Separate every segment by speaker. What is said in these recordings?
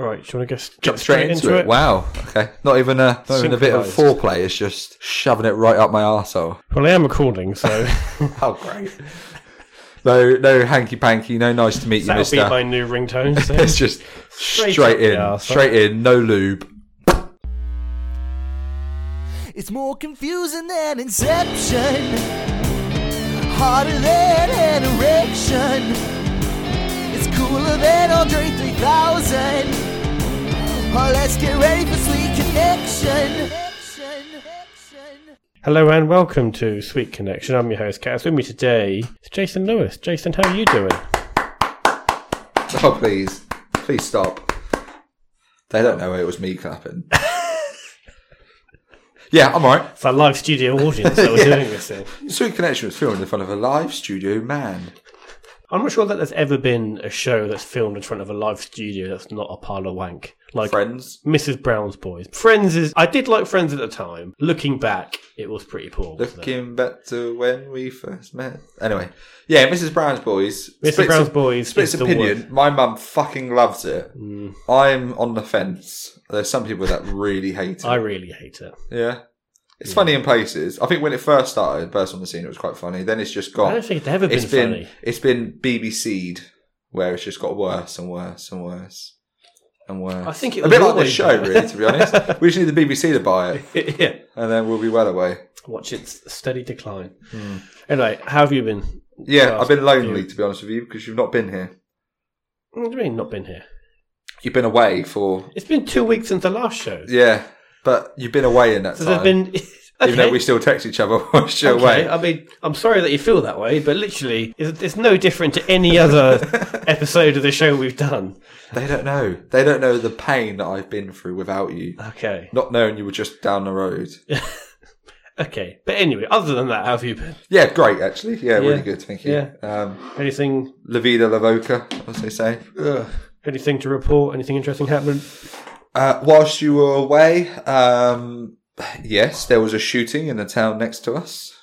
Speaker 1: All right, do you want to guess?
Speaker 2: Jump straight, into, it. Wow. Okay. Not even a not even a bit of
Speaker 1: Synchronised.
Speaker 2: foreplay. It's just shoving it right up my arsehole.
Speaker 1: Well, I am recording, so
Speaker 2: Oh, great. no, no hanky panky. No, nice to meet you,
Speaker 1: that'll
Speaker 2: Mister.
Speaker 1: be my new ringtone. So.
Speaker 2: It's just
Speaker 1: Straight
Speaker 2: straight,
Speaker 1: up the
Speaker 2: in,
Speaker 1: arsehole.
Speaker 2: straight in. No lube.
Speaker 3: It's more confusing than inception, harder than an erection. It's cooler than Andre 3000. Oh, let's get ready for sweet connection.
Speaker 1: Hello and welcome to Sweet Connection. I'm your host, Kat. With me today is Jason Lewis. Jason, how are you doing?
Speaker 2: Oh, please, please stop. They don't know it was me clapping. yeah, I'm alright.
Speaker 1: It's our live studio audience that we're doing this in.
Speaker 2: Sweet Connection was filmed in front of a live studio man.
Speaker 1: I'm not sure that there's ever been a show that's filmed in front of a live studio that's not a pile of wank. Like
Speaker 2: Friends,
Speaker 1: Mrs. Brown's Boys. Friends is. I did like Friends at the time. Looking back, it was pretty poor. wasn't it?
Speaker 2: looking back to when we first met. Anyway, yeah, Mrs. Brown's Boys.
Speaker 1: Mrs.
Speaker 2: Splits-
Speaker 1: Brown's Boys.
Speaker 2: Splits
Speaker 1: is the Mm.
Speaker 2: opinion.
Speaker 1: worst.
Speaker 2: My mum fucking loves it. I'm on the fence. There's some people that really hate it.
Speaker 1: I really hate it.
Speaker 2: yeah. It's funny in places. I think when it first started, first on the scene, it was quite funny. Then it's
Speaker 1: I
Speaker 2: just got.
Speaker 1: don't think it's ever been
Speaker 2: it's been,
Speaker 1: funny.
Speaker 2: it's been BBC'd where it's just got worse and worse and worse and worse.
Speaker 1: I think it
Speaker 2: a
Speaker 1: was
Speaker 2: bit like this
Speaker 1: always
Speaker 2: show,
Speaker 1: bad.
Speaker 2: really. To be honest, we just need the BBC to buy it,
Speaker 1: yeah.
Speaker 2: and then we'll be well away.
Speaker 1: Watch its steady decline.
Speaker 2: Hmm.
Speaker 1: Anyway, how have you been?
Speaker 2: Yeah,
Speaker 1: Well,
Speaker 2: I've been lonely
Speaker 1: you-
Speaker 2: to be honest with you because you've not been here.
Speaker 1: What do you mean not been here?
Speaker 2: You've been away for
Speaker 1: It's been two weeks since the last show.
Speaker 2: yeah, but you've been away in that
Speaker 1: so
Speaker 2: time.
Speaker 1: there's been. okay.
Speaker 2: Even though we still text each other while we're still
Speaker 1: okay. uh,
Speaker 2: away.
Speaker 1: I mean, I'm sorry that you feel that way, but literally, it's, it's no different to any other episode of the show we've done.
Speaker 2: They don't know. They don't know the pain that I've been through without you.
Speaker 1: Okay.
Speaker 2: Not knowing you were just down the road.
Speaker 1: Okay. But anyway, other than that, how have you been?
Speaker 2: Yeah, great actually. Yeah, really good. Thank you.
Speaker 1: Yeah.
Speaker 2: Um,
Speaker 1: Anything?
Speaker 2: La Vida Lavoca, as they say.
Speaker 1: Anything to report? Anything interesting happening?
Speaker 2: Uh, whilst you were away, um, yes, there was a shooting in the town next to us.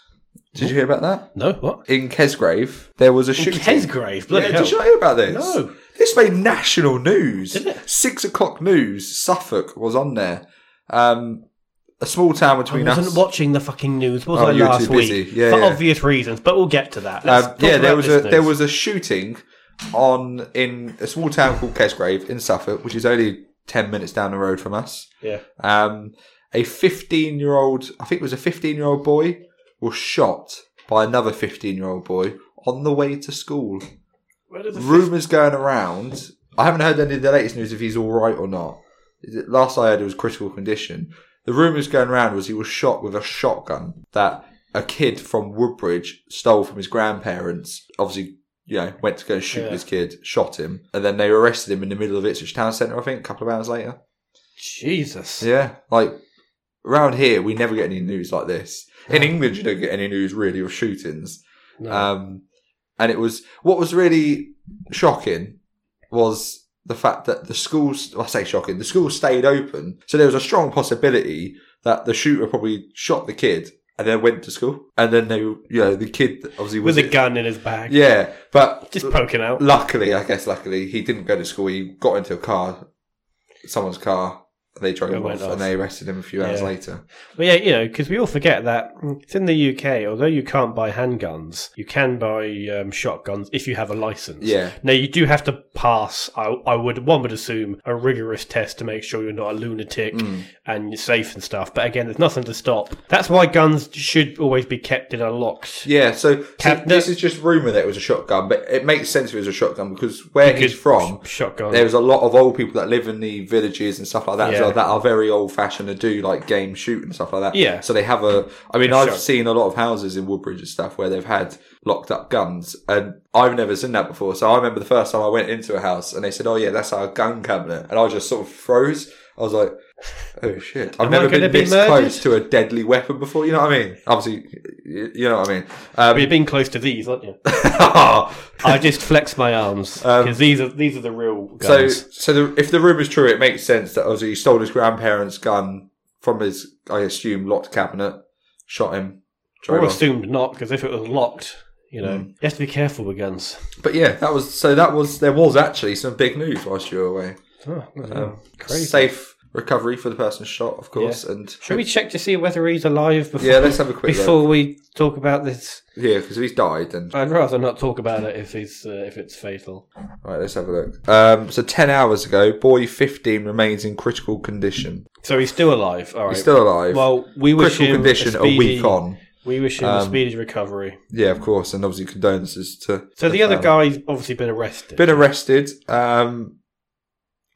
Speaker 2: Did you hear about that?
Speaker 1: No. What?
Speaker 2: In Kesgrave, there was a shooting.
Speaker 1: Kesgrave. Bloody
Speaker 2: Yeah,
Speaker 1: hell.
Speaker 2: did you hear about this?
Speaker 1: No.
Speaker 2: This made national news.
Speaker 1: Did it?
Speaker 2: Six o'clock news. Suffolk was on there. Um, a small town
Speaker 1: I
Speaker 2: between
Speaker 1: Oh, wasn't
Speaker 2: us.
Speaker 1: watching the fucking news, was
Speaker 2: Oh,
Speaker 1: I?
Speaker 2: you were
Speaker 1: Last
Speaker 2: too busy.
Speaker 1: week,
Speaker 2: Yeah,
Speaker 1: for
Speaker 2: yeah.
Speaker 1: obvious reasons, but we'll get to that. Let's
Speaker 2: Um,
Speaker 1: talk
Speaker 2: yeah, there
Speaker 1: about
Speaker 2: was
Speaker 1: this
Speaker 2: a there
Speaker 1: news.
Speaker 2: was a shooting on in a small town called Kesgrave in Suffolk, which is only ten minutes down the road from us.
Speaker 1: yeah.
Speaker 2: Um, a 15 year old, I think it was a 15 year old boy, was shot by another 15 year old boy on the way to school.
Speaker 1: Where did the
Speaker 2: Rumours going around. I haven't heard any of the latest news if he's all right or not. Is it- Last I heard, it was critical condition. The rumours going around was he was shot with a shotgun that a kid from Woodbridge stole from his grandparents. Obviously, you know, went to go and shoot
Speaker 1: Yeah.
Speaker 2: this kid, shot him, and then they arrested him in the middle of Ipswich Town Centre, I think, a couple of hours later.
Speaker 1: Jesus.
Speaker 2: Yeah, like around here, we never get any news like this. In England, you don't get any news really of shootings.
Speaker 1: No.
Speaker 2: Um, and it was what was really shocking was the fact that the schools, well, I say shocking, the school stayed open. So there was a strong possibility that the shooter probably shot the kid and then went to school. And then they, you know, the kid obviously was
Speaker 1: with a gun in his bag,
Speaker 2: Yeah, but
Speaker 1: just poking out.
Speaker 2: Luckily, I guess luckily, he didn't go to school. He got into a car, someone's car. They drove
Speaker 1: It
Speaker 2: him
Speaker 1: went
Speaker 2: off,
Speaker 1: off.
Speaker 2: and they arrested him a few hours
Speaker 1: Yeah.
Speaker 2: later.
Speaker 1: But yeah, you know, because we all forget that it's in the UK. Although you can't buy handguns, you can buy um, shotguns if you have a license.
Speaker 2: Yeah.
Speaker 1: Now you do have to pass. I, I would one would assume a rigorous test to make sure you're not a lunatic
Speaker 2: Mm.
Speaker 1: and you're safe and stuff. But again, there's nothing to stop. That's why guns should always be kept in a locked.
Speaker 2: Yeah, so, so
Speaker 1: Cap-
Speaker 2: this is just rumor that it was a shotgun, but it makes sense if it was a shotgun because where he's from,
Speaker 1: sh- shotgun.
Speaker 2: there's a lot of old people that live in the villages and stuff like that as
Speaker 1: Yeah.
Speaker 2: well, that are very old fashioned and do like game shoot and stuff like that.
Speaker 1: Yeah.
Speaker 2: So they have a. I mean,
Speaker 1: A
Speaker 2: I've
Speaker 1: shot-
Speaker 2: seen a lot of houses in Woodbridge and stuff where they've had locked up guns, and I've never seen that before. So I remember the first time I went into a house and they said, "Oh yeah, that's our gun cabinet," and I just sort of froze. I was like. Oh shit!
Speaker 1: Am
Speaker 2: I've
Speaker 1: I
Speaker 2: never
Speaker 1: gonna
Speaker 2: been
Speaker 1: be
Speaker 2: this
Speaker 1: murdered?
Speaker 2: close to a deadly weapon before. You know what I mean? Obviously, y- you know what I mean. Um,
Speaker 1: But you've been close to these, aren't you? I just flex my arms because these are these are the real
Speaker 2: Um, So,
Speaker 1: guns.
Speaker 2: so the, if the rumor's true, it makes sense that obviously he stole his grandparents' gun from his, I assume, locked cabinet, shot him, drove
Speaker 1: or
Speaker 2: off.
Speaker 1: assumed not, because if it was locked, you know, you have to be careful with guns.
Speaker 2: But yeah, that was so. That was there was actually some big news whilst you were away.
Speaker 1: Oh,
Speaker 2: Um,
Speaker 1: crazy.
Speaker 2: Safe recovery for the person shot, of course. And
Speaker 1: Should we check to see whether he's alive before,
Speaker 2: Yeah, let's have a quick
Speaker 1: before we talk about this?
Speaker 2: yeah, because if he's died, then
Speaker 1: I'd rather not talk about it if he's uh, if it's fatal.
Speaker 2: right. Let's have a look. Um, so ten hours ago, boy fifteen remains in critical condition.
Speaker 1: So he's still alive. All right.
Speaker 2: He's still alive.
Speaker 1: Well, we wish
Speaker 2: critical
Speaker 1: him
Speaker 2: condition
Speaker 1: a,
Speaker 2: a,
Speaker 1: speedy,
Speaker 2: week on. Um,
Speaker 1: We wish him a speedy recovery.
Speaker 2: Yeah, of course, and obviously condolences to.
Speaker 1: So the other
Speaker 2: family.
Speaker 1: guy's obviously been arrested.
Speaker 2: been arrested. Um,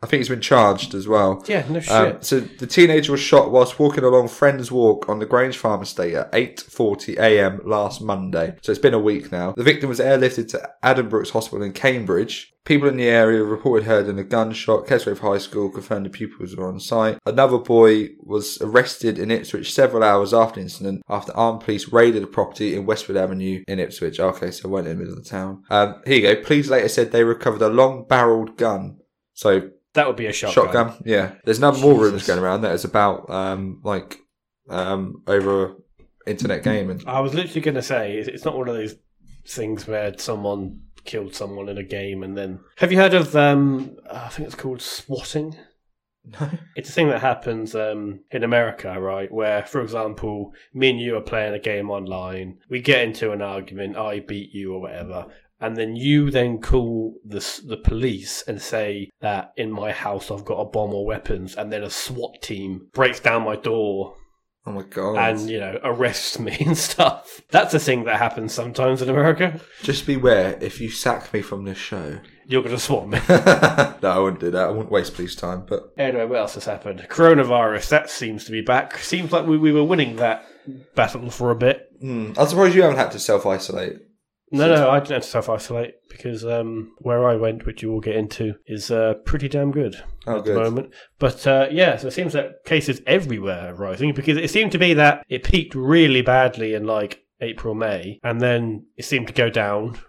Speaker 2: I think he's been charged as well.
Speaker 1: yeah, no shit.
Speaker 2: Um, so the teenager was shot whilst walking along Friends Walk on the Grange Farm Estate at 8:40 a.m. last Monday. So it's been a week now. The victim was airlifted to Adam Brooks Hospital in Cambridge. People in the area reported hearing a gunshot. Kesgrave High School confirmed the pupils were on site. Another boy was arrested in Ipswich several hours after the incident after armed police raided a property in Westwood Avenue in Ipswich. Okay, so it went in the middle of the town. Um, here you go. Police later said they recovered a long-barreled gun. So
Speaker 1: that would be a shotgun.
Speaker 2: shotgun. Yeah, there's no more rumors
Speaker 1: Jesus.
Speaker 2: going around that it's about um like um over
Speaker 1: Mm.
Speaker 2: internet game and
Speaker 1: I was literally going to say it's- it's not one of those things where someone killed someone in a game and then. Have you heard of um? I think it's called swatting.
Speaker 2: no.
Speaker 1: It's a thing that happens um, in America, right? Where, for example, me and you are playing a game online. We get into an argument. I beat you or whatever. And then you then call the s- the police and say that in my house I've got a bomb or weapons, and then a SWAT team breaks down my door
Speaker 2: Oh my god!
Speaker 1: and you know arrests me and stuff. That's a thing that happens sometimes in America.
Speaker 2: just beware if you sack me from this show.
Speaker 1: You're gonna swat me.
Speaker 2: no, I wouldn't do that. I wouldn't waste police time. But
Speaker 1: Anyway, what else has happened? Coronavirus, that seems to be back. Seems like we, we were winning that battle for a bit.
Speaker 2: Hmm, I'm surprised you haven't had to self isolate.
Speaker 1: No, no, I didn't have to self isolate because um, where I went, which you will get into, is uh, pretty damn good
Speaker 2: Oh,
Speaker 1: at
Speaker 2: good.
Speaker 1: the moment. But uh, yeah, so it seems that cases everywhere are rising because it seemed to be that it peaked really badly in like April, May, and then it seemed to go down,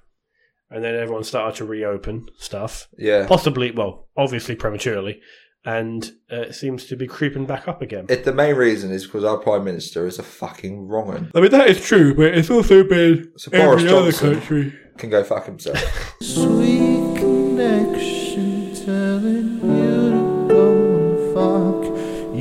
Speaker 1: and then everyone started to reopen stuff,
Speaker 2: Yeah,
Speaker 1: possibly, well, obviously prematurely, and uh, it seems to be creeping back up again.
Speaker 2: it, the main reason is because our prime minister is a fucking wrong'un.
Speaker 1: I mean, that is true, but it's also been
Speaker 2: So Boris Johnson can go fuck himself.
Speaker 3: Sweet connection telling you to go and fuck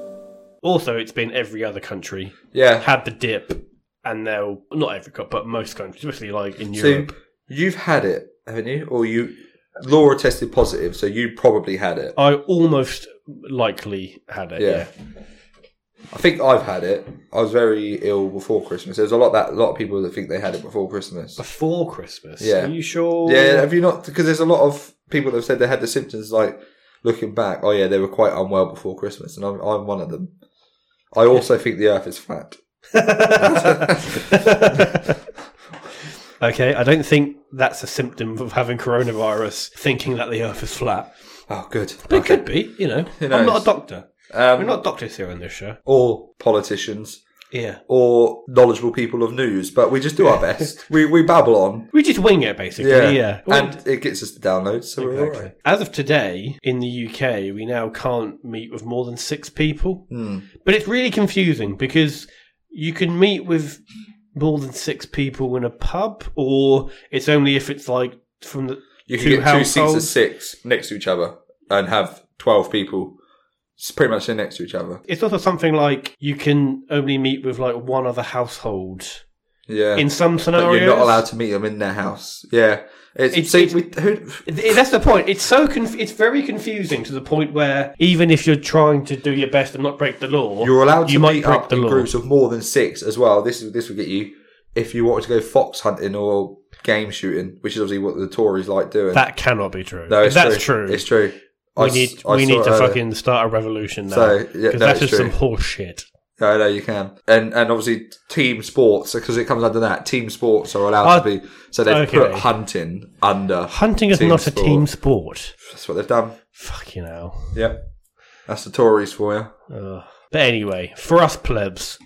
Speaker 3: yourself.
Speaker 1: Also, it's been every other country
Speaker 2: yeah.
Speaker 1: had the dip, and they'll not every country, but most countries, especially like in
Speaker 2: So
Speaker 1: Europe.
Speaker 2: you've had it, haven't you? Or you, Laura tested positive, so you probably had it.
Speaker 1: I almost likely had it.
Speaker 2: Yeah.
Speaker 1: Yeah.
Speaker 2: I think I've had it. I was very ill before Christmas. There's a lot that a lot of people that think they had it before Christmas.
Speaker 1: before Christmas.
Speaker 2: Yeah.
Speaker 1: Are you sure?
Speaker 2: Yeah, have you not? Because there's a lot of people that have said they had the symptoms. Like looking back, oh yeah, they were quite unwell before Christmas, and I'm I'm one of them. I also think the Earth is flat.
Speaker 1: okay, I don't think that's a symptom of having coronavirus. Thinking that the Earth is flat,
Speaker 2: Oh, good.
Speaker 1: but
Speaker 2: Okay.
Speaker 1: it could be. You know,
Speaker 2: knows?
Speaker 1: I'm not a doctor. We're
Speaker 2: Um,
Speaker 1: not doctors here on this show.
Speaker 2: or politicians,
Speaker 1: Yeah.
Speaker 2: or knowledgeable people of news, but we just do our best. we we babble on.
Speaker 1: We just wing it, basically.
Speaker 2: Yeah,
Speaker 1: Yeah.
Speaker 2: and it gets us the downloads, so we're all right.
Speaker 1: Exactly. As of today, in the UK, we now can't meet with more than six people.
Speaker 2: Hmm.
Speaker 1: But it's really confusing because you can meet with more than six people in a pub, or it's only if it's like from the.
Speaker 2: You can
Speaker 1: Two
Speaker 2: get two seats of
Speaker 1: households.
Speaker 2: six next to each other and have 12 people s- pretty much sitting next to each other.
Speaker 1: It's also something like you can only meet with like one other household
Speaker 2: Yeah.
Speaker 1: in some
Speaker 2: but
Speaker 1: scenarios.
Speaker 2: you're not allowed to meet them in their house. Yeah. It's,
Speaker 1: It's-
Speaker 2: see,
Speaker 1: it's-
Speaker 2: we, who,
Speaker 1: Th- That's the point. It's so conf- it's very confusing to the point where even if you're trying to do your best and not break the law,
Speaker 2: you're allowed to
Speaker 1: you might
Speaker 2: meet
Speaker 1: break
Speaker 2: up
Speaker 1: the
Speaker 2: in
Speaker 1: law.
Speaker 2: groups of more than six as well. This is this will get you if you wanted to go fox hunting or game shooting, which is obviously what the Tories like doing.
Speaker 1: That cannot be true.
Speaker 2: no, it's
Speaker 1: that's true.
Speaker 2: It's true. I
Speaker 1: we
Speaker 2: s-
Speaker 1: need
Speaker 2: I
Speaker 1: we
Speaker 2: saw
Speaker 1: need
Speaker 2: it
Speaker 1: to
Speaker 2: earlier.
Speaker 1: fucking start a revolution now.
Speaker 2: So, yeah,
Speaker 1: Because
Speaker 2: that
Speaker 1: that's
Speaker 2: is
Speaker 1: just some
Speaker 2: true.
Speaker 1: horse shit.
Speaker 2: No, no, you can, and and obviously team sports because it comes under that. Team sports are allowed
Speaker 1: Uh,
Speaker 2: to be, so they have
Speaker 1: okay.
Speaker 2: put hunting under.
Speaker 1: Hunting is
Speaker 2: Team
Speaker 1: not a
Speaker 2: sport.
Speaker 1: team sport.
Speaker 2: That's what they've done.
Speaker 1: Fucking hell.
Speaker 2: Yeah, that's the Tories for you.
Speaker 1: Ugh. But anyway, for us plebs,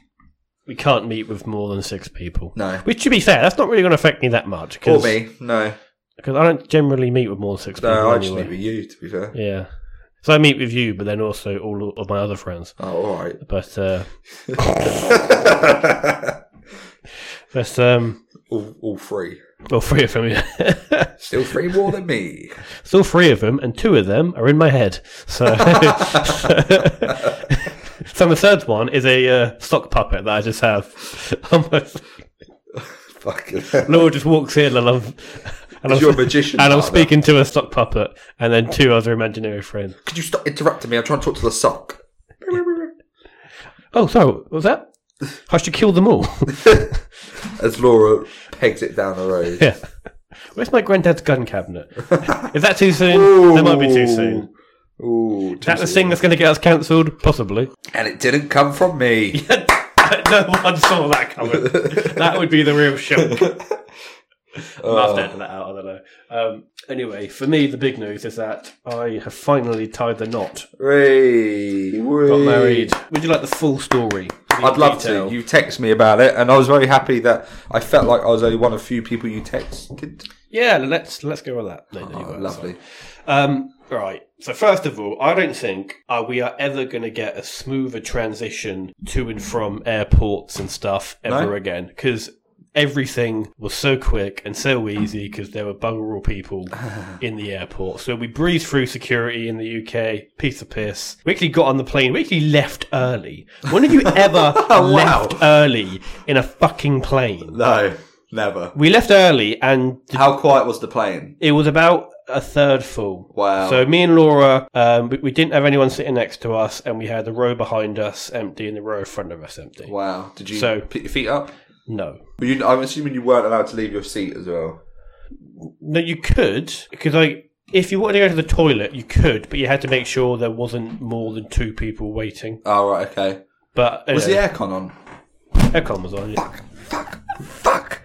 Speaker 1: we can't meet with more than six people.
Speaker 2: No.
Speaker 1: Which, to be fair, that's not really going to affect me that much.
Speaker 2: Or
Speaker 1: Cause,
Speaker 2: me? No,
Speaker 1: Because I don't generally meet with more than six people.
Speaker 2: no, I just
Speaker 1: anyway.
Speaker 2: meet with you. To be fair.
Speaker 1: Yeah. So I meet with you, but then also all of my other friends.
Speaker 2: Oh, all right.
Speaker 1: But, uh, but um,
Speaker 2: all, all three.
Speaker 1: Well, three of them, yeah.
Speaker 2: Still three more than me.
Speaker 1: Still three of them, and two of them are in my head. So, so the third one is a uh, sock puppet that I just have. on my-
Speaker 2: Fucking hell.
Speaker 1: Laura just walks in, and I'm. And
Speaker 2: Is your magician
Speaker 1: and I'm
Speaker 2: partner?
Speaker 1: speaking to a sock puppet, and then two other imaginary friends.
Speaker 2: Could you stop interrupting me? I'm trying to talk to the sock.
Speaker 1: Oh, sorry, what was that? I should kill them all.
Speaker 2: As Laura pegs it down the road.
Speaker 1: yeah. Where's my granddad's gun cabinet? Is that too soon? That might be too soon.
Speaker 2: Ooh. Ooh,
Speaker 1: Is that the thing that's going to get us cancelled? Possibly.
Speaker 2: And it didn't come from me.
Speaker 1: no one saw that coming. that would be the real shock. I'll have
Speaker 2: Oh.
Speaker 1: to edit that out. I don't know. Um, anyway, for me, the big news is that I have finally tied the knot.
Speaker 2: Ray,
Speaker 1: Got married. Would you like the full story?
Speaker 2: I'd love to. You text me about it, and I was very happy that I felt like I was only one of few people you texted.
Speaker 1: Yeah, let's let's go with that. No, no, you
Speaker 2: Oh,
Speaker 1: won't,
Speaker 2: lovely.
Speaker 1: Um, right. So first of all, I don't think uh, we are ever going to get a smoother transition to and from airports and stuff ever
Speaker 2: No?
Speaker 1: again because everything was so quick and so easy because there were bugger all people in the airport. So we breezed through security in the UK. Piece of piss. We actually got on the plane. We actually left early. When have you ever left early in a fucking plane?
Speaker 2: No, never.
Speaker 1: We left early and
Speaker 2: How quiet was the plane?
Speaker 1: it was about a third full.
Speaker 2: Wow.
Speaker 1: So me and Laura, um, we, we didn't have anyone sitting next to us, and we had the row behind us empty and the row in front of us empty.
Speaker 2: Wow. Did you
Speaker 1: So-
Speaker 2: put your feet up?
Speaker 1: No.
Speaker 2: Were you, I'm assuming you weren't allowed to leave your seat as well.
Speaker 1: No, you could because I. If you wanted to go to the toilet, you could, but you had to make sure there wasn't more than two people waiting.
Speaker 2: Oh, right, okay.
Speaker 1: But uh,
Speaker 2: Was the aircon on?
Speaker 1: aircon was on.
Speaker 2: Fuck, fuck, fuck.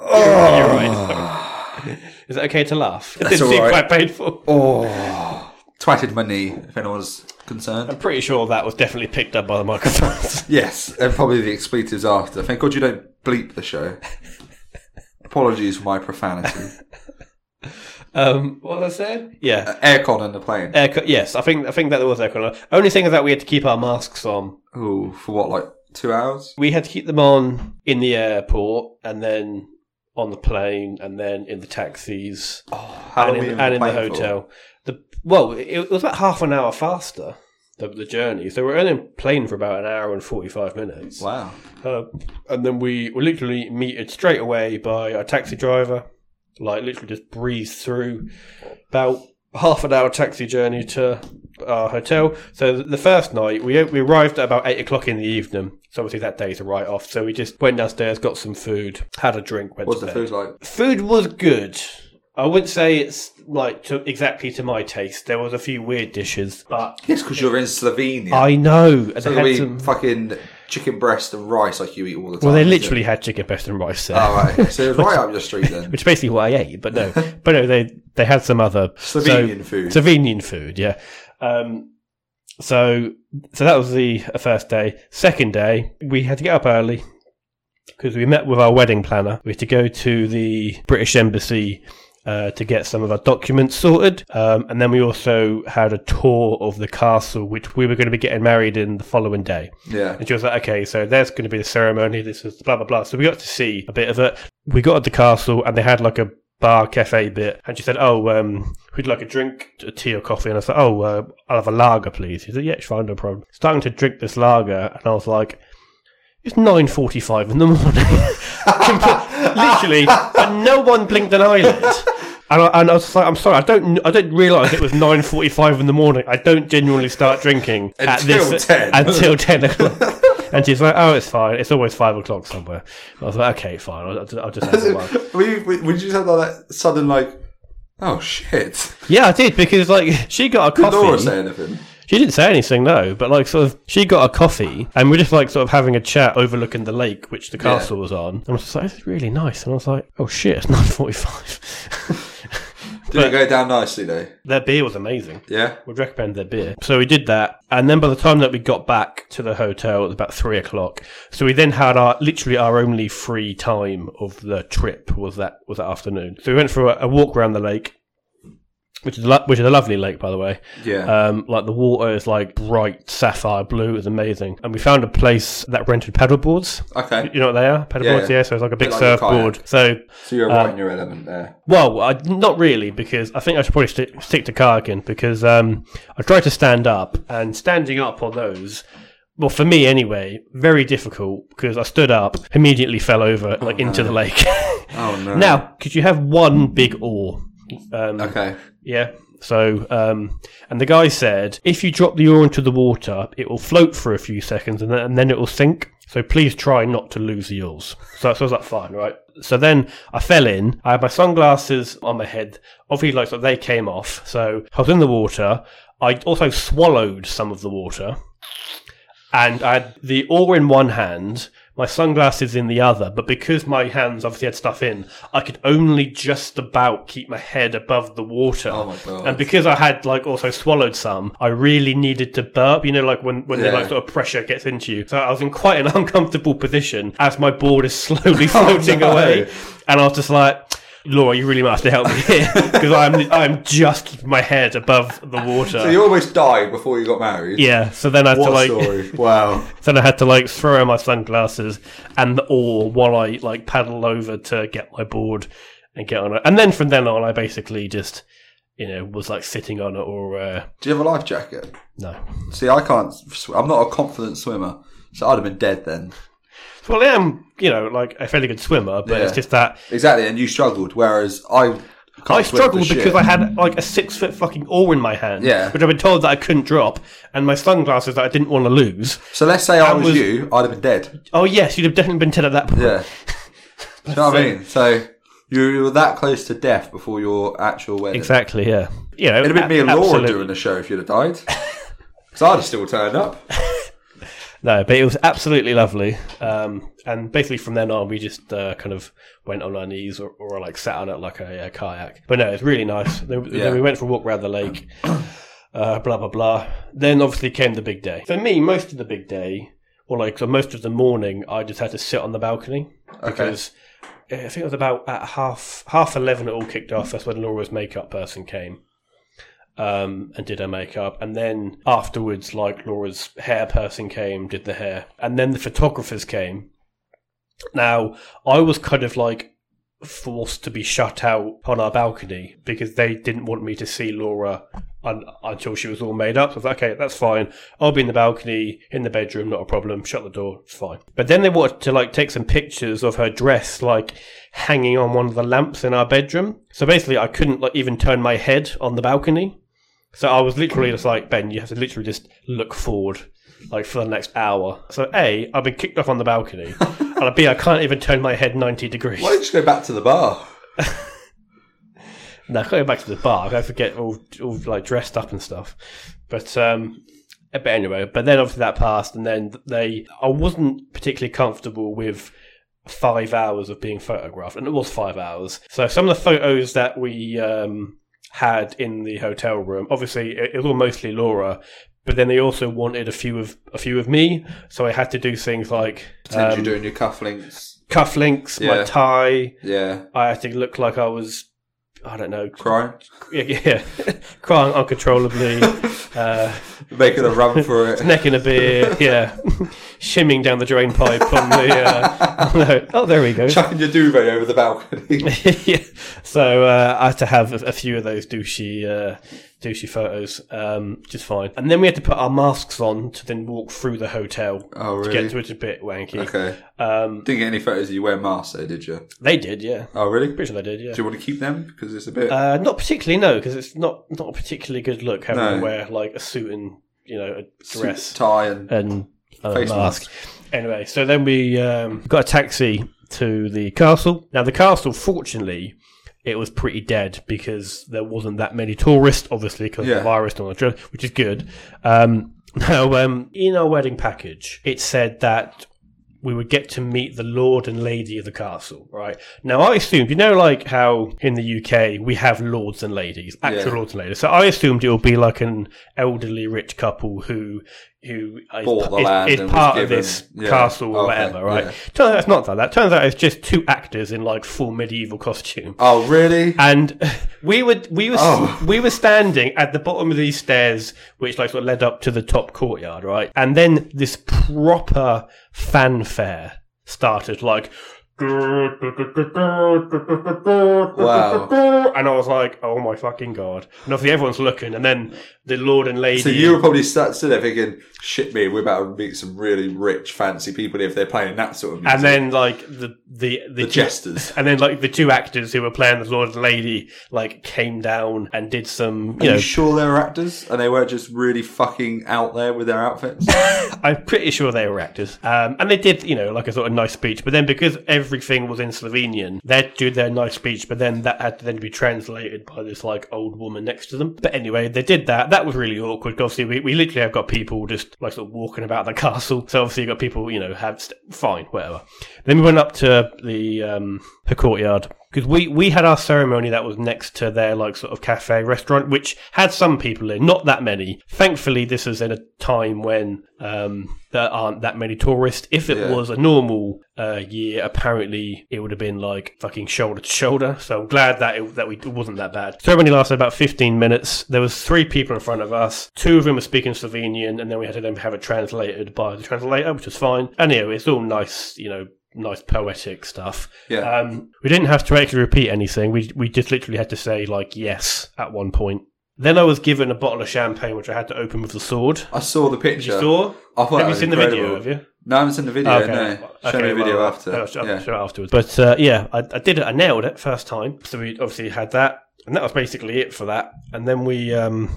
Speaker 2: Oh,
Speaker 1: You're right. Is that okay to laugh? It did
Speaker 2: Ah. all
Speaker 1: seem
Speaker 2: right.
Speaker 1: quite painful.
Speaker 2: oh. Twatted my knee, if anyone's concerned.
Speaker 1: I'm pretty sure that was definitely picked up by the microphones.
Speaker 2: Yes, and probably the expletives after. Thank God you don't bleep the show. Apologies for my profanity.
Speaker 1: um, what was I saying? Yeah.
Speaker 2: Aircon in the plane.
Speaker 1: Airco- yes, I think I think that there was aircon. Only thing is that we had to keep our masks on.
Speaker 2: Ooh, for what, like two hours?
Speaker 1: We had to keep them on in the airport, and then on the plane, and then in the taxis,
Speaker 2: How
Speaker 1: and
Speaker 2: long were you
Speaker 1: in, and in the
Speaker 2: plane for?
Speaker 1: hotel. The well, it, it was about half an hour faster the, the journey. So we were in a plane for about an hour and forty five minutes,
Speaker 2: Wow.
Speaker 1: uh, and then we were literally metered straight away by our taxi driver. Like literally just breezed through about half an hour taxi journey to our hotel. So th- the first night we we arrived at about eight o'clock in the evening. So obviously that day's a write off. So we just went downstairs, got some food, had a drink, went
Speaker 2: What's
Speaker 1: to
Speaker 2: the
Speaker 1: bed.
Speaker 2: food like?
Speaker 1: Food was good. I wouldn't say it's like to, exactly to my taste. There was a few weird dishes, but
Speaker 2: Yes, because you're in Slovenia.
Speaker 1: I know and
Speaker 2: so
Speaker 1: they
Speaker 2: we
Speaker 1: had some.
Speaker 2: fucking chicken breast and rice like you eat all the time.
Speaker 1: Well, they
Speaker 2: is it?
Speaker 1: literally had chicken breast and rice there.
Speaker 2: Oh, right. okay. So it was right up your street then.
Speaker 1: which is basically what I ate. But no, but no, they they had some other so-
Speaker 2: Slovenian food.
Speaker 1: Slovenian food, yeah. Um, so so that was the first day. Second day, we had to get up early because we met with our wedding planner. We had to go to the British Embassy. Uh, to get some of our documents sorted, um, and then we also had a tour of the castle, which we were going to be getting married in the following day.
Speaker 2: Yeah.
Speaker 1: And she was like, okay, so there's going to be the ceremony. This is blah, blah, blah. So we got to see a bit of it. We got at the castle and they had like a bar cafe bit. And she said, oh, um, we'd like a drink, a tea or coffee. And I said, oh, uh, I'll have a lager, please. She said, yeah, sure, no problem. Starting to drink this lager. And I was like, it's 9.45 in the morning. Comple- Literally. And no one blinked an eyelid. And I, and I was just like, I'm sorry, I don't, I didn't realise it was 9.45 in the morning. I don't genuinely start drinking at
Speaker 2: Until
Speaker 1: this
Speaker 2: 10.
Speaker 1: until ten o'clock. And she's like, "Oh, it's fine. It's always five o'clock somewhere." I was like, "Okay, fine. I'll, I'll I'll just have one."
Speaker 2: we, we, we just had like that sudden like, oh shit.
Speaker 1: Yeah, I did because like she got a
Speaker 2: Did Laura
Speaker 1: coffee.
Speaker 2: say anything?
Speaker 1: She didn't say anything no, but like sort of she got a coffee, and we're just like sort of having a chat overlooking the lake, which the castle was on. And I was just like, "This is really nice." And I was like, "Oh shit, it's nine forty-five.
Speaker 2: Did it go down nicely though?
Speaker 1: Their beer was amazing.
Speaker 2: Yeah.
Speaker 1: Would recommend their beer. So we did that, and then by the time that we got back to the hotel, it was about three o'clock. So we then had our literally our only free time of the trip was that was that afternoon. So we went for a, a walk around the lake. which is lo- which is a lovely lake, by the way.
Speaker 2: Yeah.
Speaker 1: Um, like the water is like bright sapphire blue. It's amazing. And we found a place that rented paddleboards.
Speaker 2: okay.
Speaker 1: You know what they are? Paddleboards, yeah.
Speaker 2: Yeah, yeah.
Speaker 1: So it's like a big
Speaker 2: like a
Speaker 1: surfboard. So,
Speaker 2: So you're
Speaker 1: uh,
Speaker 2: right in your element there.
Speaker 1: well, I, not really, because I think I should probably stick, stick to kayaking because um, I tried to stand up, and standing up on those. Well, for me anyway, very difficult because I stood up, immediately fell over like into the lake.
Speaker 2: Oh no.
Speaker 1: now, could you have one big oar? Um,
Speaker 2: Okay.
Speaker 1: yeah. So, um, and the guy said, if you drop the oar into the water, it will float for a few seconds and then, and then it will sink. So please try not to lose the oars. So, so I was like, fine, right. So then I fell in. I had my sunglasses on my head. Obviously, like so they came off. So I was in the water. I also swallowed some of the water, and I had the oar in one hand, my sunglasses in the other. But because my hands obviously had stuff in, I could only just about keep my head above the water.
Speaker 2: Oh my God.
Speaker 1: And because I had like also swallowed some, I really needed to burp. You know, like when when the
Speaker 2: Yeah.
Speaker 1: like sort of pressure gets into you. So I was in quite an uncomfortable position as my board is slowly floating
Speaker 2: Oh, no.
Speaker 1: away, and I was just like. Laura, you really must have to help me here because I'm I'm just keeping my head above the water.
Speaker 2: So you almost died before you got married.
Speaker 1: yeah, so then I had
Speaker 2: What
Speaker 1: to
Speaker 2: a
Speaker 1: like
Speaker 2: story. wow.
Speaker 1: then I had to like throw in my sunglasses and the oar while I like paddle over to get my board and get on it. And then from then on, I basically just you know was like sitting on it or uh,
Speaker 2: Do you have a life jacket?
Speaker 1: no.
Speaker 2: See, I can't. Sw- I'm not a confident swimmer, so I'd have been dead then.
Speaker 1: Well, I am you know like a fairly good swimmer, but it's
Speaker 2: Yeah.
Speaker 1: just that
Speaker 2: Exactly, and you struggled, whereas I. Can't
Speaker 1: I
Speaker 2: swim for
Speaker 1: struggled
Speaker 2: shit.
Speaker 1: because I had like a six foot fucking oar in my hand,
Speaker 2: Yeah.
Speaker 1: which I've been told that I couldn't drop, and my sunglasses that I didn't want to lose.
Speaker 2: So let's say I was,
Speaker 1: was-
Speaker 2: you, I'd have been dead.
Speaker 1: Oh yes, you'd have definitely been dead at that point.
Speaker 2: Yeah. Do you know what I mean? So you were that close to death before your actual wedding.
Speaker 1: Exactly, yeah. You know,
Speaker 2: It'd have been me and Laura
Speaker 1: absolutely.
Speaker 2: doing the show if you'd have died. Because I'd have still turned up.
Speaker 1: No, but it was absolutely lovely. Um, and basically from then on, we just uh, kind of went on our knees or, or like sat on it like a, uh kayak. But no, it's really nice. Then,
Speaker 2: Yeah.
Speaker 1: then we went for a walk around the lake. Uh, blah blah blah. Then obviously came the big day. For me, most of the big day, or like so most of the morning, I just had to sit on the balcony because uh, I think it was about at half half eleven. It all kicked off. That's when Laura's makeup person came um, and did her makeup, and then afterwards, like Laura's hair person came, did the hair, and then the photographers came. Now I was kind of like forced to be shut out on our balcony because they didn't want me to see Laura un- until she was all made up. So I was like, okay, that's fine. I'll be in the balcony, in the bedroom, not a problem. Shut the door, it's fine. But then they wanted to like take some pictures of her dress, like hanging on one of the lamps in our bedroom. So basically, I couldn't like even turn my head on the balcony. So I was literally just like, Ben, you have to literally just look forward, like for the next hour. So A, I've been kicked off on the balcony, and B, I can't even turn my head ninety degrees.
Speaker 2: Why don't you just go back to the bar?
Speaker 1: No, I can't go back to the bar. I forget all, all like dressed up and stuff. But um, but anyway, but then obviously that passed, and then they. I wasn't particularly comfortable with five hours of being photographed, and it was five hours. So some of the photos that we um, had in the hotel room, obviously it, it was all mostly Laura. But then they also wanted a few of a few of me, so I had to do things like
Speaker 2: Pretend
Speaker 1: um,
Speaker 2: you're doing your cufflinks.
Speaker 1: cufflinks,
Speaker 2: Yeah.
Speaker 1: my tie.
Speaker 2: Yeah.
Speaker 1: I had to look like I was, I don't know,
Speaker 2: Crying.
Speaker 1: yeah, yeah. crying uncontrollably, uh,
Speaker 2: Making a run for it.
Speaker 1: neck in a beer, yeah, shimming down the drain pipe on the. Uh, no. Oh, there we go.
Speaker 2: Chucking your duvet over the balcony.
Speaker 1: yeah. So uh, I had to have a, a few of those douchey, uh, douchey photos, um, which is fine. And then we had to put our masks on to then walk through the hotel
Speaker 2: Oh,
Speaker 1: to
Speaker 2: really?
Speaker 1: get to it. A bit wanky.
Speaker 2: Okay.
Speaker 1: Um,
Speaker 2: Didn't get any photos of you wearing masks, though, did you?
Speaker 1: they did, yeah.
Speaker 2: Oh, really?
Speaker 1: Pretty sure they did, yeah.
Speaker 2: Do you want to keep them? Because it's a bit.
Speaker 1: Uh, not particularly, no, because it's not not a particularly good look having
Speaker 2: No.
Speaker 1: to wear like a suit and you know a
Speaker 2: suit,
Speaker 1: dress.
Speaker 2: tie, and.
Speaker 1: and a
Speaker 2: Face
Speaker 1: mask. Anyway, so then we um, got a taxi to the castle. Now the castle, fortunately, it was pretty dead because there wasn't that many tourists, obviously, because of
Speaker 2: Yeah.
Speaker 1: the virus and all that, jazz, which is good. Um, now, um, in our wedding package, it said that we would get to meet the lord and lady of the castle right now i assumed you know like how in the uk we have lords and ladies actual
Speaker 2: Yeah.
Speaker 1: lords and ladies so i assumed it would be like an elderly rich couple who who is,
Speaker 2: Bought the land
Speaker 1: is, is
Speaker 2: and was
Speaker 1: part of
Speaker 2: given-
Speaker 1: this
Speaker 2: yeah.
Speaker 1: castle or
Speaker 2: Okay,
Speaker 1: whatever, right?
Speaker 2: yeah.
Speaker 1: Turns out it's not like that. Turns out it's just two actors in like full medieval costume.
Speaker 2: Oh, really?
Speaker 1: And we were we were
Speaker 2: Oh.
Speaker 1: we were standing at the bottom of these stairs, which like sort of led up to the top courtyard, right? And then this proper fanfare started, like.
Speaker 2: Wow.
Speaker 1: And I was like, "Oh my fucking god!" And obviously everyone's looking, and then the Lord and Lady.
Speaker 2: So you were probably sat sitting there thinking, "Shit, me, we're about to meet some really rich, fancy people if they're playing that sort of music."
Speaker 1: and then like the the the,
Speaker 2: the
Speaker 1: two-
Speaker 2: jesters.
Speaker 1: and then like the two actors who were playing the Lord and Lady like came down and did some.
Speaker 2: Are
Speaker 1: You know,
Speaker 2: you sure they were actors and they weren't just really fucking out there with their outfits?
Speaker 1: I'm pretty sure they were actors, um, and they did you know like a sort of nice speech. But then because everything was in Slovenian, they did their nice speech, but then that had to then be translated by this like old woman next to them. But anyway, they did that. That was really awkward. 'cause Obviously, we, we literally have got people just like sort of walking about the castle. So obviously, you got people you know have st- fine whatever. Then we went up to the um, her courtyard because we we had our ceremony that was next to their like sort of cafe restaurant, which had some people in, not that many. Thankfully, this is in a time when um, there aren't that many tourists. If it
Speaker 2: Yeah.
Speaker 1: was a normal uh, year, apparently it would have been like fucking shoulder to shoulder. So I'm glad that it, that we it wasn't that bad. Ceremony lasted about 15 minutes. There was three people in front of us. Two of them were speaking Slovenian, and then we had to then have it translated by the translator, which was fine. And yeah, it's all nice, you know. Nice poetic stuff.
Speaker 2: Yeah.
Speaker 1: Um, we didn't have to actually repeat anything. We we just literally had to say like yes at one point. Then I was given a bottle of champagne, which I had to open with the sword.
Speaker 2: I saw the
Speaker 1: Did
Speaker 2: picture.
Speaker 1: you saw?
Speaker 2: I thought Oh, that
Speaker 1: Have you
Speaker 2: was
Speaker 1: seen the
Speaker 2: incredible.
Speaker 1: video? Have you?
Speaker 2: No, I haven't seen the video. No, show me the video
Speaker 1: well,
Speaker 2: after.
Speaker 1: I'll show, I'll
Speaker 2: yeah.
Speaker 1: show it afterwards. But uh, yeah, I, I did it. I nailed it first time. So we obviously had that, and that was basically it for that. And then we um,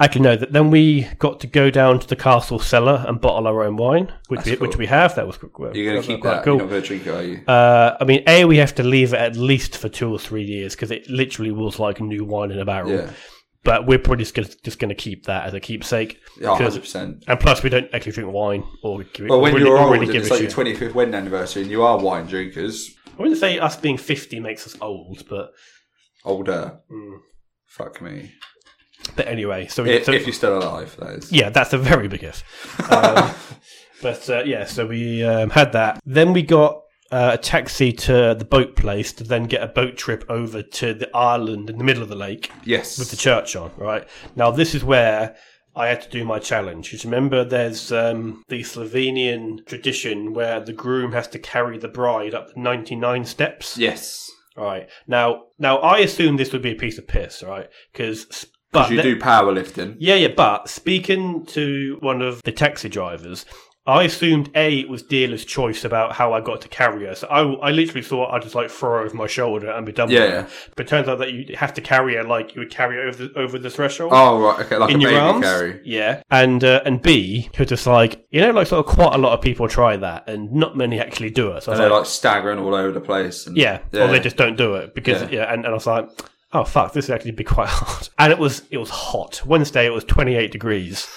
Speaker 1: actually no, that then we got to go down to the castle cellar and bottle our own wine, which
Speaker 2: That's
Speaker 1: we,
Speaker 2: cool.
Speaker 1: which we have. That was
Speaker 2: You're going to keep that. You're not going to drink it, are you?
Speaker 1: uh, I mean, a we have to leave it at least for two or three years because it literally was like new wine in a barrel.
Speaker 2: yeah.
Speaker 1: But we're probably just gonna, just going to keep that as a keepsake.
Speaker 2: Yeah,
Speaker 1: Because-
Speaker 2: hundred percent.
Speaker 1: And plus, we don't actually drink wine or give it.
Speaker 2: Well, when
Speaker 1: really,
Speaker 2: you're old,
Speaker 1: really give
Speaker 2: it's
Speaker 1: a
Speaker 2: like your
Speaker 1: shit.
Speaker 2: 25th wedding anniversary, and you are wine drinkers.
Speaker 1: I wouldn't say us being fifty makes us old, but
Speaker 2: Older.
Speaker 1: Mm.
Speaker 2: Fuck me.
Speaker 1: but anyway, so, we,
Speaker 2: If,
Speaker 1: so
Speaker 2: if you're still alive, that is.
Speaker 1: yeah, that's a very big if. Um, but uh, yeah, so we um, had that. Then we got. Uh, a taxi to the boat place to then get a boat trip over to the island in the middle of the lake
Speaker 2: Yes.
Speaker 1: with the church on, right? Now this is where I had to do my challenge. You remember there's um, the Slovenian tradition where the groom has to carry the bride up the 99 steps.
Speaker 2: yes.
Speaker 1: Right. Now now I assume this would be a piece of piss, right? Cuz but
Speaker 2: 'Cause you
Speaker 1: le-
Speaker 2: do powerlifting.
Speaker 1: Uh, yeah, yeah, but speaking to one of the taxi drivers, I assumed A, it was dealer's choice about how I got to carry her. So I, I literally thought I'd just like throw her over my shoulder and be done
Speaker 2: Yeah.
Speaker 1: with her. But it turns out that you have to carry her like you would carry her over the, over the threshold.
Speaker 2: Oh, right. Okay. Like
Speaker 1: in
Speaker 2: a
Speaker 1: your
Speaker 2: baby
Speaker 1: arms,
Speaker 2: carry.
Speaker 1: yeah, and uh, and B, who just like you know, like sort of quite a lot of people try that, and not many actually do it. So I was
Speaker 2: And they're
Speaker 1: like,
Speaker 2: like staggering all over the place. And,
Speaker 1: yeah, or they just don't do it because
Speaker 2: Yeah.
Speaker 1: yeah, and, and I was like, oh fuck, this would actually be quite hard. And it was it was hot. Wednesday it was twenty eight degrees.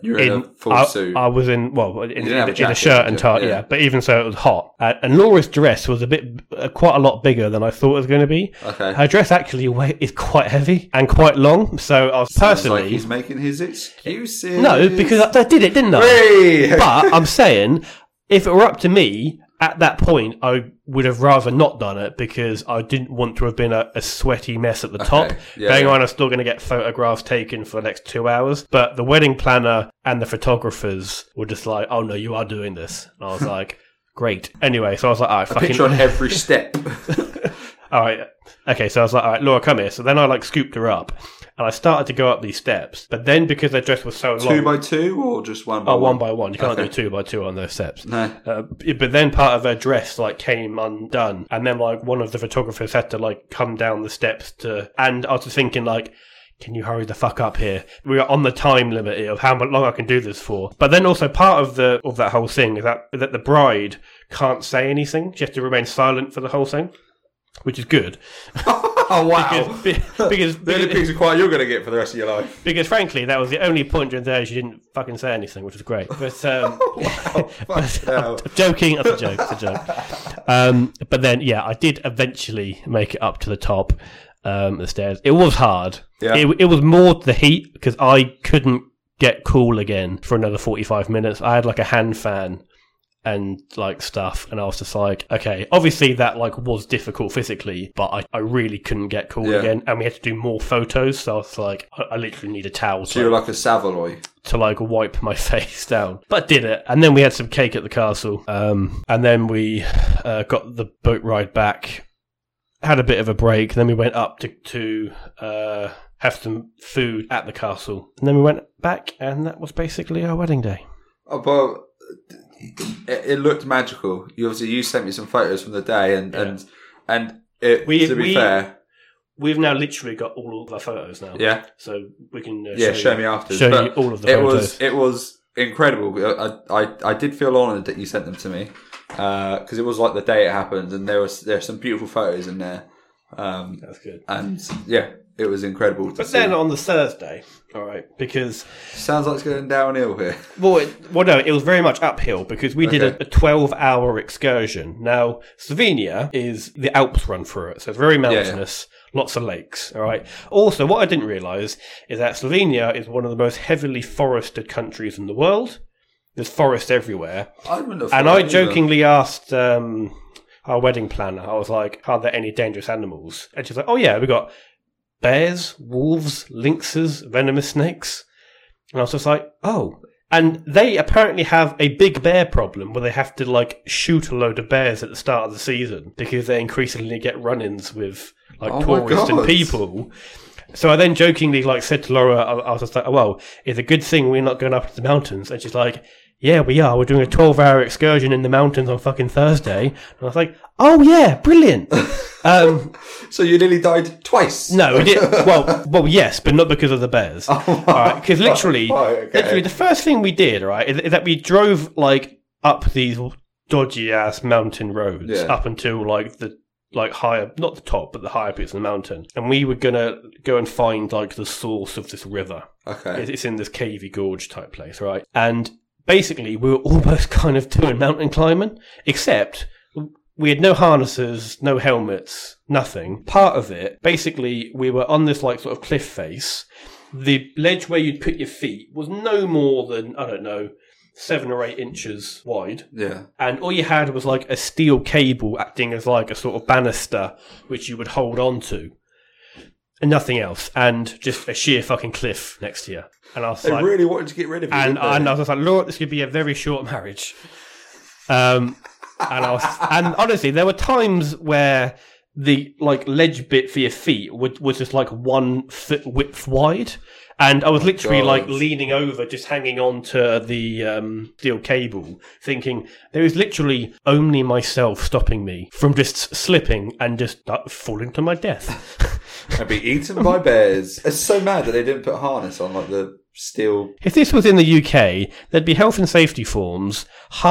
Speaker 2: You're in,
Speaker 1: In
Speaker 2: a full
Speaker 1: I,
Speaker 2: suit.
Speaker 1: I was in well in, in,
Speaker 2: didn't have a
Speaker 1: in a
Speaker 2: jacket,
Speaker 1: shirt
Speaker 2: did
Speaker 1: and
Speaker 2: you?
Speaker 1: tie, yeah.
Speaker 2: Yeah.
Speaker 1: But even so, it was hot. Uh, and Laura's dress was a bit uh, quite a lot bigger than I thought it was going to be.
Speaker 2: okay.
Speaker 1: Her dress actually wa- is quite heavy and quite long. So I was
Speaker 2: Sounds
Speaker 1: personally.
Speaker 2: like he's making his excuses.
Speaker 1: no, because I, I did it, didn't I?
Speaker 2: Hey!
Speaker 1: but I'm saying, if it were up to me at that point, I would have rather not done it because I didn't want to have been a, a sweaty mess at the top.
Speaker 2: yeah,
Speaker 1: Bearing in
Speaker 2: yeah.
Speaker 1: mind, I'm still going to get photographs taken for the next two hours. But the wedding planner and the photographers were just like, "Oh no, you are doing this," and I was like. Great. Anyway, so I was like, all right, fucking,
Speaker 2: Picture on every step.
Speaker 1: all right, okay. So I was like, all right, Laura, come here. So then I like scooped her up, and I started to go up these steps. But then because their dress was so long,
Speaker 2: two by two or just one by
Speaker 1: oh,
Speaker 2: one?
Speaker 1: one by one, you can't
Speaker 2: Okay.
Speaker 1: do two by two on those steps.
Speaker 2: No.
Speaker 1: Uh, but then part of her dress like came undone, and then like one of the photographers had to like come down the steps to. And I was just thinking like, can you hurry the fuck up here? We are on the time limit here of how mu- long I can do this for. But then also part of the of that whole thing is that that the bride can't say anything; she has to remain silent for the whole thing, which is good
Speaker 2: Oh, wow.
Speaker 1: because because,
Speaker 2: The only
Speaker 1: because,
Speaker 2: piece of quiet you're going to get for the rest of your life.
Speaker 1: because frankly that was the only point during the day she didn't fucking say anything, which was great. But um,
Speaker 2: Wow. Fuck hell.
Speaker 1: I'm joking. That's a joke. It's a joke. Um, but then, yeah, I did eventually make it up to the top, um, the stairs. It was hard.
Speaker 2: Yeah.
Speaker 1: It, it was more the heat because I couldn't get cool again for another 45 minutes. I had like a hand fan and like stuff and I was just like, okay, obviously that like was difficult physically, but I, I really couldn't get cool
Speaker 2: Yeah.
Speaker 1: again. And we had to do more photos. So I was like, I, I literally need a towel
Speaker 2: So
Speaker 1: to,
Speaker 2: you're like a Savaloy.
Speaker 1: to like wipe my face down, but did it. And then we had some cake at the castle. Um, and then we uh, got the boat ride back, had a bit of a break. Then we went up to, to uh, have some food at the castle. And then we went back, and that was basically our wedding day.
Speaker 2: Oh, but uh, it, it looked magical. You obviously you sent me some photos from the day, and and and it,
Speaker 1: We-
Speaker 2: to be
Speaker 1: we-
Speaker 2: fair,
Speaker 1: We've now literally got all of our photos now.
Speaker 2: yeah,
Speaker 1: So we can uh, show,
Speaker 2: yeah. Show,
Speaker 1: you-
Speaker 2: me after.
Speaker 1: show you all of the
Speaker 2: it
Speaker 1: photos.
Speaker 2: was it was incredible. I I, I did feel honoured that you sent them to me because it was like the day it happened, and there was there's some beautiful photos in there, um,
Speaker 1: That's good.
Speaker 2: and yeah, it was incredible. To
Speaker 1: But
Speaker 2: see.
Speaker 1: then on the Thursday, all right, because
Speaker 2: sounds like it's going downhill here.
Speaker 1: Well, it, well, no, it was very much uphill because we did
Speaker 2: Okay.
Speaker 1: a, a 12 hour excursion. Now, Slovenia is the Alps run through it, so it's very mountainous, lots of lakes. All right. Also, what I didn't realize is that Slovenia is one of the most heavily forested countries in the world. There's forest everywhere.
Speaker 2: I wouldn't have
Speaker 1: And
Speaker 2: thought
Speaker 1: I
Speaker 2: either.
Speaker 1: jokingly asked um, our wedding planner, I was like, are there any dangerous animals? And she's like, oh, yeah, we got bears, wolves, lynxes, venomous snakes. And I was just like, oh. And they apparently have a big bear problem where they have to like shoot a load of bears at the start of the season because they increasingly get run ins with like
Speaker 2: Oh my
Speaker 1: tourists and
Speaker 2: God.
Speaker 1: people. So I then jokingly like said to Laura, I, I was just like, oh, "Well, it's a good thing we're not going up to the mountains." And she's like, "Yeah, we are. We're doing a twelve-hour excursion in the mountains on fucking Thursday." And I was like, "Oh yeah, brilliant." um,
Speaker 2: So you nearly died twice.
Speaker 1: no, we did well, well, yes, but not because of the bears.
Speaker 2: Oh,
Speaker 1: All right, because literally,
Speaker 2: right, okay.
Speaker 1: literally, the first thing we did, all right, is, is that we drove like up these dodgy ass mountain roads
Speaker 2: Yeah.
Speaker 1: up until like the like higher, not the top, but the higher bits of the mountain, and we were gonna go and find like the source of this river.
Speaker 2: okay.
Speaker 1: It- It's in this cavey gorge type place, right? And basically, we were almost kind of doing mountain climbing, except we had no harnesses, no helmets, nothing. Part of it, basically, we were on this like sort of cliff face. The ledge where you'd put your feet was no more than, I don't know, seven or eight inches wide
Speaker 2: Yeah.
Speaker 1: and all you had was like a steel cable acting as like a sort of banister which you would hold on to and nothing else and just a sheer fucking cliff next to you and i was
Speaker 2: They
Speaker 1: like
Speaker 2: really wanted to get rid of you.
Speaker 1: and,
Speaker 2: didn't they?
Speaker 1: and i was just like lord this could be a very short marriage um and i was and honestly there were times where the like ledge bit for your feet would, was just like one foot width wide and I
Speaker 2: Oh
Speaker 1: was literally
Speaker 2: God.
Speaker 1: like leaning over, just hanging on to the um, steel cable, thinking there is literally only myself stopping me from just slipping and just uh, falling to my death.
Speaker 2: and be eaten by bears. It's so mad that they didn't put harness on like the steel.
Speaker 1: if this was in the UK, there'd be health and safety forms,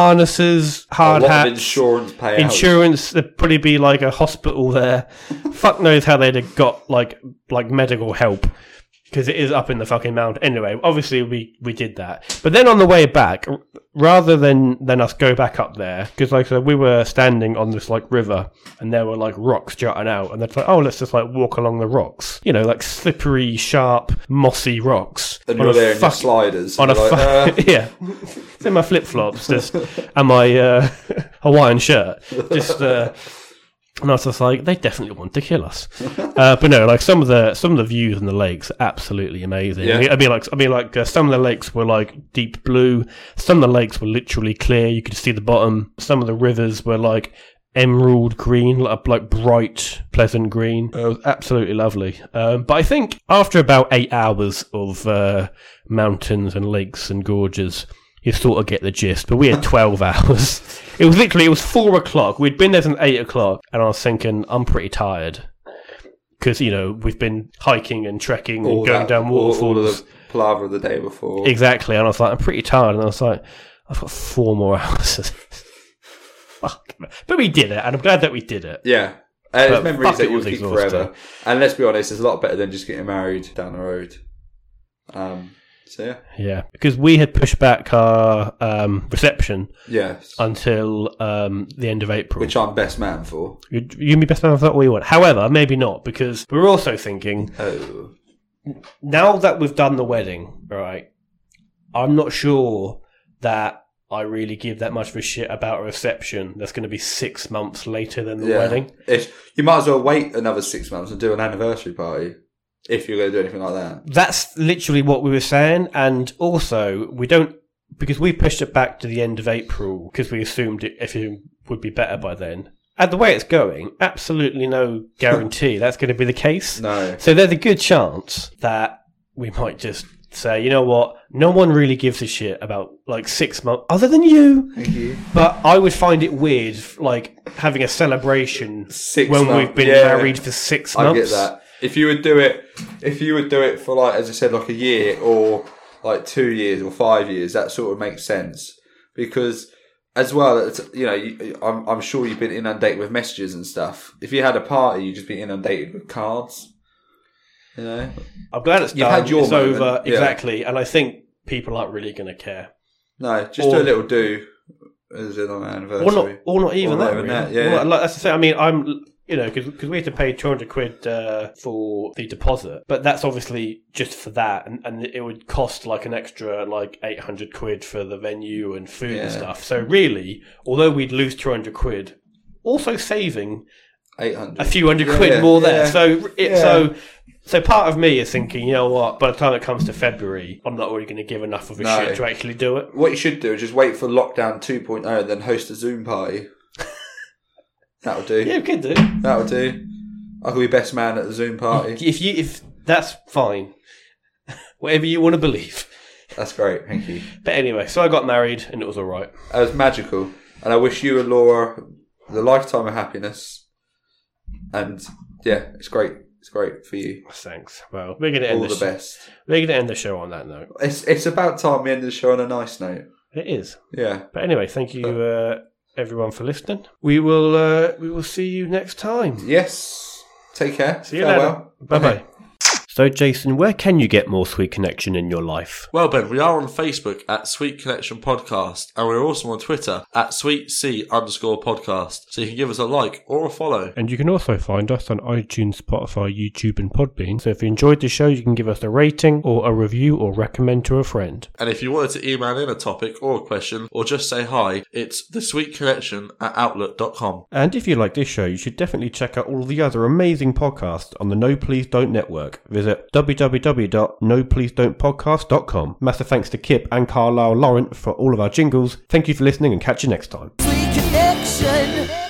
Speaker 1: harnesses,
Speaker 2: A
Speaker 1: hard
Speaker 2: lot
Speaker 1: hats,
Speaker 2: of insurance payouts.
Speaker 1: insurance. There'd probably be like a hospital there. Fuck knows how they'd have got like like medical help because it is up in the fucking mountain. Anyway, obviously we we did that, but then on the way back, r- rather than than us go back up there, because like I said, we were standing on this like river and there were like rocks jutting out, and they're like, oh, let's just like walk along the rocks, you know, like slippery, sharp, mossy rocks.
Speaker 2: and
Speaker 1: on
Speaker 2: you're
Speaker 1: a
Speaker 2: there in your
Speaker 1: fuck-
Speaker 2: sliders.
Speaker 1: on a
Speaker 2: and you're
Speaker 1: fu-
Speaker 2: like, uh,
Speaker 1: yeah, it's in my flip flops, just and my uh, Hawaiian shirt, just. Uh, and I was just like, they definitely want to kill us. Uh, but no, like some of the some of the views in the lakes, are absolutely amazing.
Speaker 2: Yeah.
Speaker 1: I mean, like I mean, like uh, some of the lakes were like deep blue. Some of the lakes were literally clear; you could see the bottom. Some of the rivers were like emerald green, like, like bright, pleasant green. It was absolutely lovely. Um, but I think after about eight hours of uh, mountains and lakes and gorges, you sort of get the gist. But we had 12 hours. It was literally, it was four o'clock. We'd been there since eight o'clock, and I was thinking, I'm pretty tired. Because, you know, we've been hiking and trekking
Speaker 2: all
Speaker 1: and going
Speaker 2: that-
Speaker 1: down
Speaker 2: all-
Speaker 1: waterfalls.
Speaker 2: All, of the palaver of the day before.
Speaker 1: Exactly. And I was like, I'm pretty tired. And I was like, I've got four more hours. of this. Fuck. But we did it, and I'm glad that we did it.
Speaker 2: Yeah. And
Speaker 1: But
Speaker 2: it's memories
Speaker 1: fuck,
Speaker 2: that
Speaker 1: it
Speaker 2: you'll
Speaker 1: was
Speaker 2: keep
Speaker 1: exhausting.
Speaker 2: forever. And let's be honest, it's a lot better than just getting married down the road. Um. So yeah.
Speaker 1: Yeah. Because we had pushed back our um, reception
Speaker 2: Yes.
Speaker 1: until um, the end of April.
Speaker 2: Which I'm best man for.
Speaker 1: You, you can be best man for that all you want. However, maybe not, because we're also thinking
Speaker 2: Oh.
Speaker 1: now that we've done the wedding, right? I'm not sure that I really give that much of a shit about a reception that's going to be six months later than the
Speaker 2: Yeah.
Speaker 1: wedding.
Speaker 2: It's, you might as well wait another six months and do an anniversary party if you're going to do anything like that.
Speaker 1: That's literally what we were saying. And also, we don't, because we pushed it back to the end of April because we assumed it, if it would be better by then. And the way it's going, absolutely no guarantee that's going to be the case.
Speaker 2: No.
Speaker 1: So there's a good chance that we might just say, you know what, no one really gives a shit about like six months, other than you.
Speaker 2: Thank you.
Speaker 1: But I would find it weird, like having a celebration
Speaker 2: Six
Speaker 1: when
Speaker 2: months,
Speaker 1: we've been
Speaker 2: yeah.
Speaker 1: married for six
Speaker 2: I
Speaker 1: months.
Speaker 2: get that. If you would do it, if you would do it for like, as I said, like a year or like two years or five years, that sort of makes sense because as well, it's, you know, you, I'm, I'm sure you've been inundated with messages and stuff. If you had a party, you'd just be inundated with cards. You know,
Speaker 1: I'm glad it's
Speaker 2: You've
Speaker 1: done.
Speaker 2: had your
Speaker 1: it's
Speaker 2: moment,
Speaker 1: over
Speaker 2: yeah.
Speaker 1: exactly, and I think people aren't really going to care,
Speaker 2: no, just do
Speaker 1: Or-
Speaker 2: a little do as in on an anniversary.
Speaker 1: or not, or not even
Speaker 2: Or not
Speaker 1: that.
Speaker 2: even
Speaker 1: really.
Speaker 2: that, yeah,
Speaker 1: Or
Speaker 2: yeah.
Speaker 1: not- like, that's the thing. I mean, I'm. You know, because we had to pay 200 quid uh, for the deposit, but that's obviously just for that, and, and it would cost like an extra like 800 quid for the venue and food and
Speaker 2: Yeah.
Speaker 1: stuff. So, really, although we'd lose 200 quid, also saving
Speaker 2: Eight hundred.
Speaker 1: a few hundred
Speaker 2: Yeah,
Speaker 1: quid
Speaker 2: yeah,
Speaker 1: more
Speaker 2: yeah.
Speaker 1: there. So it,
Speaker 2: Yeah.
Speaker 1: so so part of me is thinking, you know what? By the time it comes to February, I'm not really going to give enough of a
Speaker 2: No.
Speaker 1: shit to actually do it.
Speaker 2: What you should do is just wait for lockdown 2.0 and then host a Zoom party. That'll do.
Speaker 1: Yeah, we could do.
Speaker 2: That'll do. I could be best man at the Zoom party.
Speaker 1: If you if that's fine, whatever you want to believe.
Speaker 2: That's great. Thank you.
Speaker 1: But anyway, so I got married and it was all right.
Speaker 2: That was magical. And I wish you and Laura the lifetime of happiness. And yeah, it's great. It's great for you.
Speaker 1: Thanks. Well, we're going to end
Speaker 2: All the
Speaker 1: the, sh-
Speaker 2: best.
Speaker 1: we're going to end the show on that note.
Speaker 2: It's it's about time we ended the show on a nice note.
Speaker 1: It is.
Speaker 2: Yeah.
Speaker 1: But anyway, thank you uh, everyone for listening. We will uh, we will see you next time.
Speaker 2: Yes. Take care.
Speaker 1: See you later. Bye bye. So, Jason, where can you get more Sweet Connection in your life?
Speaker 4: Well, Ben, we are on Facebook at Sweet Connection Podcast, and we're also on Twitter at Sweet C underscore podcast. So you can give us a like or a follow.
Speaker 1: And you can also find us on iTunes, Spotify, YouTube, and Podbean. So, if you enjoyed the show, you can give us a rating or a review or recommend to a friend.
Speaker 4: And if you wanted to email in a topic or a question or just say hi, it's the Sweet Connection at outlook.com.
Speaker 1: And if you like this show, you should definitely check out all the other amazing podcasts on the No Please Don't Network. Visit www.nopleasedon'tpodcast.com. Massive thanks to Kip and Carlisle Laurent for all of our jingles. Thank you for listening and catch you next time.
Speaker 3: Sweet connection.